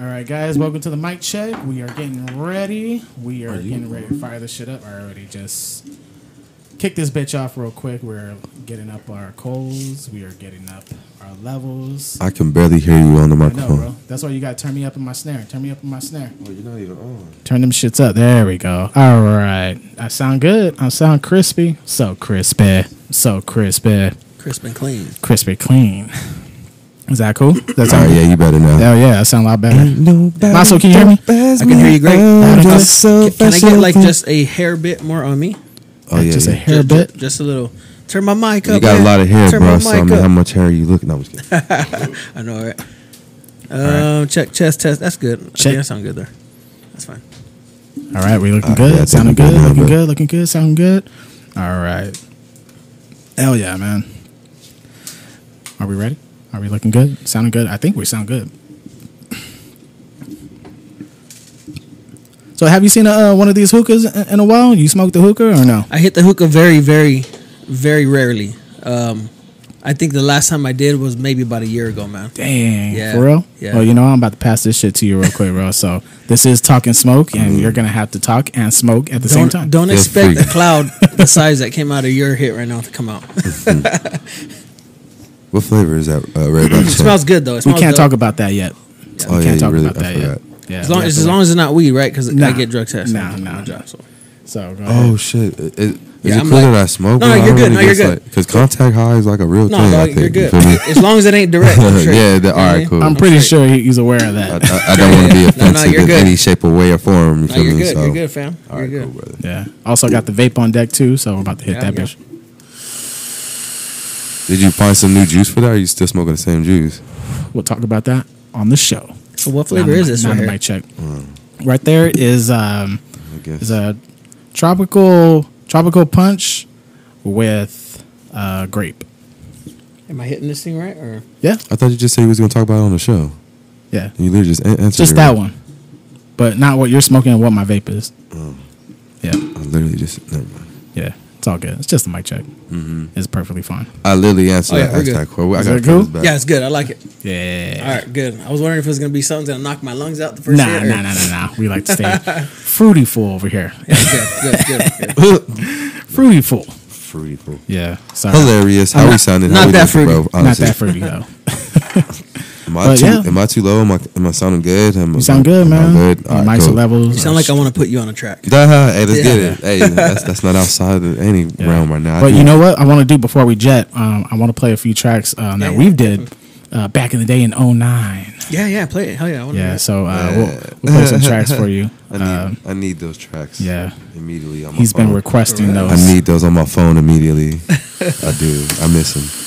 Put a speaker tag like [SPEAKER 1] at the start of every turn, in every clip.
[SPEAKER 1] All right, guys, welcome to the mic check. We are getting ready. We are,
[SPEAKER 2] Are you-
[SPEAKER 1] getting ready to fire this shit up. I already just kicked this bitch off real quick. We're getting up our coals. We are getting up our levels.
[SPEAKER 2] I can barely hear you on the
[SPEAKER 1] I know, bro.
[SPEAKER 2] microphone.
[SPEAKER 1] That's why you got to turn me up in my snare. Turn me up in my snare.
[SPEAKER 2] Oh, you're not even on.
[SPEAKER 1] Turn them shits up. There we go. All right. I sound good. I sound crispy. So crispy. So crispy.
[SPEAKER 3] Crisp and clean.
[SPEAKER 1] Crispy clean. Is that cool? That
[SPEAKER 2] All
[SPEAKER 1] sound
[SPEAKER 2] right, Oh, yeah, you better now.
[SPEAKER 1] Hell yeah, that sound a lot better. Maso, can you hear me?
[SPEAKER 2] I
[SPEAKER 3] can hear you great.
[SPEAKER 1] Loud and clear.
[SPEAKER 3] Can, can I get like just a hair bit more on me?
[SPEAKER 2] Oh yeah,
[SPEAKER 1] Just a
[SPEAKER 2] yeah.
[SPEAKER 1] hair
[SPEAKER 3] Ju- ju-
[SPEAKER 1] bit.
[SPEAKER 3] Just, a little. Turn my mic up.
[SPEAKER 2] You got a
[SPEAKER 3] man.
[SPEAKER 2] lot of hair,
[SPEAKER 3] Turn
[SPEAKER 2] bro.
[SPEAKER 3] my
[SPEAKER 2] So
[SPEAKER 3] mic
[SPEAKER 2] I mean,
[SPEAKER 3] up.
[SPEAKER 2] how much hair are you looking? No, I'm just kidding.
[SPEAKER 3] I know, right? Um, check, chest, test. That's good. I
[SPEAKER 1] Check.
[SPEAKER 3] think that sound good there. That's fine.
[SPEAKER 1] All right, we looking
[SPEAKER 2] Uh,
[SPEAKER 1] good.
[SPEAKER 2] yeah, I think
[SPEAKER 1] sounding
[SPEAKER 2] we good
[SPEAKER 1] good.
[SPEAKER 2] now,
[SPEAKER 1] looking
[SPEAKER 2] bro.
[SPEAKER 1] good. Looking good. Sounding good. All right. Hell yeah, man. Are we ready? Are we looking good? Sounding good? I think we sound good. So, have you seen uh, one of these hookahs in in a while? You smoked the hookah or no?
[SPEAKER 3] I hit the hookah very, very, very rarely. Um, I think the last time I did was maybe about a year ago, man.
[SPEAKER 1] Dang,
[SPEAKER 3] Yeah,
[SPEAKER 1] for real?
[SPEAKER 3] yeah.
[SPEAKER 1] Well, you know, I'm about to pass this shit to you real quick, bro. So, this is talking smoke, and you're gonna have to talk and smoke at the same
[SPEAKER 3] Don't,
[SPEAKER 1] time.
[SPEAKER 3] don't
[SPEAKER 2] Feel
[SPEAKER 3] expect
[SPEAKER 2] free.
[SPEAKER 3] a cloud the size that came out of your hit right now to come out. It
[SPEAKER 2] What flavor is that? Uh, Red Rock Chili?
[SPEAKER 3] smells good though. It
[SPEAKER 1] we
[SPEAKER 3] smells
[SPEAKER 1] can't
[SPEAKER 3] dope.
[SPEAKER 1] talk about that yet.
[SPEAKER 2] Oh
[SPEAKER 1] we
[SPEAKER 2] yeah,
[SPEAKER 1] can't
[SPEAKER 2] you
[SPEAKER 1] talk
[SPEAKER 2] really.
[SPEAKER 1] about
[SPEAKER 2] I
[SPEAKER 1] that
[SPEAKER 2] forgot.
[SPEAKER 1] yet. Yeah, we have
[SPEAKER 3] As long, as,
[SPEAKER 1] to
[SPEAKER 3] as
[SPEAKER 1] wait.
[SPEAKER 3] long as it's not weed, right? Because
[SPEAKER 1] Nah.
[SPEAKER 3] I get drug tests.
[SPEAKER 1] Nah,
[SPEAKER 3] Nah,
[SPEAKER 1] nah.
[SPEAKER 3] nah. Job, so.
[SPEAKER 1] So go
[SPEAKER 2] Oh
[SPEAKER 1] ahead.
[SPEAKER 2] shit! Is, is
[SPEAKER 3] Yeah,
[SPEAKER 2] it
[SPEAKER 3] I'm
[SPEAKER 2] cool
[SPEAKER 3] like-
[SPEAKER 2] that I smoke?
[SPEAKER 3] No, you're good. No, you're good.
[SPEAKER 2] Because contact high is like a real
[SPEAKER 3] No,
[SPEAKER 2] thing. I
[SPEAKER 3] dog,
[SPEAKER 2] think.
[SPEAKER 3] you're good.
[SPEAKER 2] You feel me?
[SPEAKER 3] as long as it ain't direct. I'm straight.
[SPEAKER 2] Yeah, the-
[SPEAKER 3] You
[SPEAKER 2] all
[SPEAKER 3] know what I
[SPEAKER 2] right,
[SPEAKER 3] mean?
[SPEAKER 2] cool.
[SPEAKER 1] I'm pretty sure he, he's aware of
[SPEAKER 2] I,
[SPEAKER 1] that.
[SPEAKER 2] I, I don't want to be
[SPEAKER 3] No, no,
[SPEAKER 2] offensive
[SPEAKER 3] you're
[SPEAKER 2] in
[SPEAKER 3] good.
[SPEAKER 2] any shape or way or form. You
[SPEAKER 3] No,
[SPEAKER 2] feel
[SPEAKER 3] you're
[SPEAKER 2] me?
[SPEAKER 3] good.
[SPEAKER 2] So,
[SPEAKER 3] You're good, fam.
[SPEAKER 2] All
[SPEAKER 3] you're
[SPEAKER 2] right,
[SPEAKER 3] good.
[SPEAKER 2] cool, brother.
[SPEAKER 1] Yeah. Also got the vape on deck too, so I'm about to hit
[SPEAKER 3] Yeah,
[SPEAKER 1] that
[SPEAKER 3] yeah.
[SPEAKER 1] bitch.
[SPEAKER 2] Did you find some new juice for that? Or are you still smoking the same juice?
[SPEAKER 1] We'll talk about that on the show.
[SPEAKER 3] So what
[SPEAKER 1] Not
[SPEAKER 3] flavor
[SPEAKER 1] on
[SPEAKER 3] is
[SPEAKER 1] the-
[SPEAKER 3] this
[SPEAKER 1] not
[SPEAKER 3] right
[SPEAKER 1] on the
[SPEAKER 3] here?
[SPEAKER 1] mic check. Right there is um
[SPEAKER 2] Um, I guess.
[SPEAKER 1] is a tropical tropical punch with uh grape.
[SPEAKER 3] Am I hitting this thing right or?
[SPEAKER 1] Yeah,
[SPEAKER 2] I thought you just said you was going to talk about it on the show.
[SPEAKER 1] yeah.
[SPEAKER 2] You literally just an- answered.
[SPEAKER 1] Just
[SPEAKER 2] it.
[SPEAKER 1] that one, but not what you're smoking and what my vape is.
[SPEAKER 2] Mm.
[SPEAKER 1] Yeah,
[SPEAKER 2] I literally just. Never mind.
[SPEAKER 1] yeah. It's all good. It's just a mic check. Mm-hmm. It's perfectly fine.
[SPEAKER 2] I literally answered
[SPEAKER 3] Oh, yeah,
[SPEAKER 2] that,
[SPEAKER 3] we're
[SPEAKER 2] asked
[SPEAKER 3] good.
[SPEAKER 2] that question. I
[SPEAKER 1] Is
[SPEAKER 2] gotta
[SPEAKER 1] that
[SPEAKER 2] throw this
[SPEAKER 1] cool?
[SPEAKER 2] back.
[SPEAKER 3] Yeah, it's good. I like it.
[SPEAKER 1] Yeah.
[SPEAKER 3] All right, good. I was wondering if it was gonna be something that'll knock my lungs out the first
[SPEAKER 1] Nah,
[SPEAKER 3] hit. or-
[SPEAKER 1] nah, nah, nah, nah. We like to stay fruity full over here.
[SPEAKER 3] Yeah, good, good, good, good.
[SPEAKER 1] Fruity full.
[SPEAKER 2] Fruity, bro.
[SPEAKER 1] Yeah. Sorry.
[SPEAKER 2] Hilarious. How we sounded.
[SPEAKER 3] not
[SPEAKER 2] how we
[SPEAKER 3] that
[SPEAKER 2] looked,
[SPEAKER 3] fruity.
[SPEAKER 2] Bro,
[SPEAKER 1] Uh, Not
[SPEAKER 2] honestly.
[SPEAKER 1] that fruity though.
[SPEAKER 2] Am I,
[SPEAKER 1] But
[SPEAKER 2] too,
[SPEAKER 1] yeah.
[SPEAKER 2] am I too low? Am I, am I sounding good? Am,
[SPEAKER 1] You sound good,
[SPEAKER 2] am I
[SPEAKER 1] man.
[SPEAKER 2] good?
[SPEAKER 1] Your
[SPEAKER 2] All right,
[SPEAKER 1] mics
[SPEAKER 2] cool.
[SPEAKER 1] and levels.
[SPEAKER 3] You sound like I want to put you on a track.
[SPEAKER 2] Duh, hey, let's get
[SPEAKER 3] Yeah.
[SPEAKER 2] it. Hey, that's, that's not outside of any
[SPEAKER 1] Yeah.
[SPEAKER 2] realm right now. I
[SPEAKER 1] But
[SPEAKER 2] do-
[SPEAKER 1] you know what? I want to do before we jet. Um, I want to play a few tracks um, that
[SPEAKER 3] Yeah,
[SPEAKER 1] we've
[SPEAKER 3] yeah.
[SPEAKER 1] did uh, back in the day in 09.
[SPEAKER 3] Yeah, yeah, play it. Hell yeah, I want to.
[SPEAKER 1] Yeah.
[SPEAKER 3] Yeah,
[SPEAKER 1] So uh, we'll, we'll play some tracks for you.
[SPEAKER 2] I need,
[SPEAKER 1] Um,
[SPEAKER 2] I need those tracks.
[SPEAKER 1] yeah.
[SPEAKER 2] Immediately on my
[SPEAKER 1] he's been
[SPEAKER 2] phone.
[SPEAKER 1] requesting
[SPEAKER 3] Alright.
[SPEAKER 1] those.
[SPEAKER 2] I need those on my phone immediately. I do. I miss them.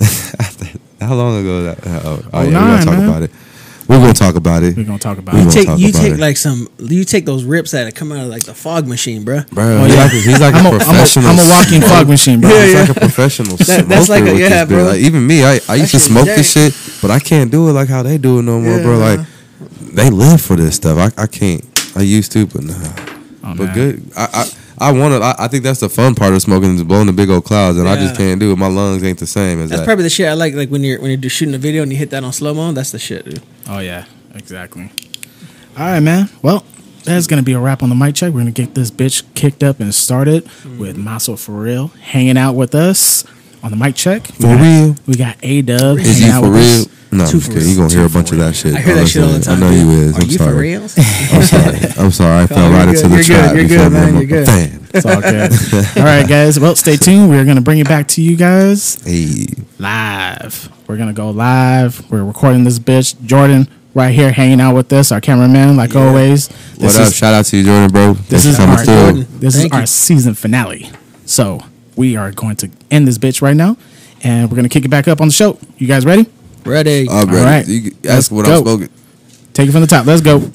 [SPEAKER 2] How long ago that? Oh, oh yeah,
[SPEAKER 1] nine,
[SPEAKER 2] we're gonna talk
[SPEAKER 1] man.
[SPEAKER 2] about it. We're gonna talk about
[SPEAKER 1] We're
[SPEAKER 2] it,
[SPEAKER 1] gonna talk about
[SPEAKER 2] We
[SPEAKER 1] it.
[SPEAKER 3] you
[SPEAKER 2] won't
[SPEAKER 3] take
[SPEAKER 2] talk
[SPEAKER 3] you
[SPEAKER 2] about
[SPEAKER 3] take
[SPEAKER 2] it.
[SPEAKER 3] like some you take those rips that come out of like the fog machine, bro.
[SPEAKER 2] bro.
[SPEAKER 1] Oh,
[SPEAKER 2] he's
[SPEAKER 1] yeah.
[SPEAKER 2] like, he's like
[SPEAKER 1] I'm,
[SPEAKER 2] a
[SPEAKER 1] a, I'm,
[SPEAKER 2] professional.
[SPEAKER 1] a, I'm a walking
[SPEAKER 2] smoker.
[SPEAKER 1] fog machine, bro.
[SPEAKER 3] Yeah,
[SPEAKER 2] He's
[SPEAKER 3] yeah.
[SPEAKER 2] like a professional
[SPEAKER 3] That-
[SPEAKER 2] smoker
[SPEAKER 3] that's like a-
[SPEAKER 2] with
[SPEAKER 3] yeah,
[SPEAKER 2] this bit.
[SPEAKER 3] bro.
[SPEAKER 2] Like, even me, I, I used to
[SPEAKER 3] shit's
[SPEAKER 2] smoke this
[SPEAKER 3] dank.
[SPEAKER 2] shit, but I can't do it like how they do it no more, bro.
[SPEAKER 3] Yeah.
[SPEAKER 2] Like they live for this stuff. I, I can't. I used to, but nah.
[SPEAKER 1] Oh,
[SPEAKER 2] but
[SPEAKER 1] man.
[SPEAKER 2] good. I I, I want to. I, I think that's the fun part of smoking is blowing the big old clouds, and I just
[SPEAKER 3] Yeah.
[SPEAKER 2] can't do it. My lungs ain't the same as
[SPEAKER 3] That's
[SPEAKER 2] that.
[SPEAKER 3] probably the shit I like. Like when you're when you're shooting a video and you hit that on slow mo. That's the shit, dude.
[SPEAKER 1] Oh yeah, exactly. All right, man. Well, that's gonna be a wrap on the mic check. We're gonna get this bitch kicked up and started with Maso for real hanging out with us on the mic check. We
[SPEAKER 2] For
[SPEAKER 1] got-
[SPEAKER 2] real?
[SPEAKER 1] we got A Dub.
[SPEAKER 2] Is you for real? No, I'm
[SPEAKER 3] Two
[SPEAKER 2] just
[SPEAKER 3] for
[SPEAKER 2] kidding.
[SPEAKER 3] real.
[SPEAKER 2] You gonna
[SPEAKER 1] Two
[SPEAKER 2] hear a
[SPEAKER 1] for
[SPEAKER 2] bunch of
[SPEAKER 1] real.
[SPEAKER 2] that shit.
[SPEAKER 3] I hear that shit all the
[SPEAKER 2] Honestly,
[SPEAKER 3] time.
[SPEAKER 2] Oh, I know
[SPEAKER 3] dude.
[SPEAKER 2] you is.
[SPEAKER 3] Are
[SPEAKER 2] I'm
[SPEAKER 3] you for
[SPEAKER 2] sorry.
[SPEAKER 3] reals?
[SPEAKER 2] I'm sorry. I'm sorry. I fell
[SPEAKER 3] you're
[SPEAKER 2] right into
[SPEAKER 3] good.
[SPEAKER 2] the
[SPEAKER 3] You're good.
[SPEAKER 2] trap.
[SPEAKER 3] You're
[SPEAKER 2] You
[SPEAKER 3] good,
[SPEAKER 2] feel me?
[SPEAKER 3] man.
[SPEAKER 2] I'm a
[SPEAKER 3] You're good.
[SPEAKER 2] fan.
[SPEAKER 1] It's all good. all right, guys. Well, stay tuned. We're gonna bring it back to you guys
[SPEAKER 2] Hey,
[SPEAKER 1] live. We're gonna go live. We're recording this bitch. Jordan right here hanging out with us. Our cameraman, like always.
[SPEAKER 2] what
[SPEAKER 1] This
[SPEAKER 2] up?
[SPEAKER 1] is-
[SPEAKER 2] Shout out to you, Jordan, bro.
[SPEAKER 1] This
[SPEAKER 2] Thanks
[SPEAKER 1] is
[SPEAKER 2] for coming
[SPEAKER 1] our
[SPEAKER 2] through.
[SPEAKER 3] Jordan.
[SPEAKER 1] this
[SPEAKER 3] Thank
[SPEAKER 1] is our
[SPEAKER 3] you.
[SPEAKER 1] season finale. So we are going to end this bitch right now, and we're gonna kick it back up on the show. You guys ready?
[SPEAKER 3] Ready?
[SPEAKER 2] All
[SPEAKER 1] All right.
[SPEAKER 2] right. You can
[SPEAKER 1] Let's
[SPEAKER 2] ask what
[SPEAKER 1] go.
[SPEAKER 2] I'm smoking.
[SPEAKER 1] Take it from the top. Let's go.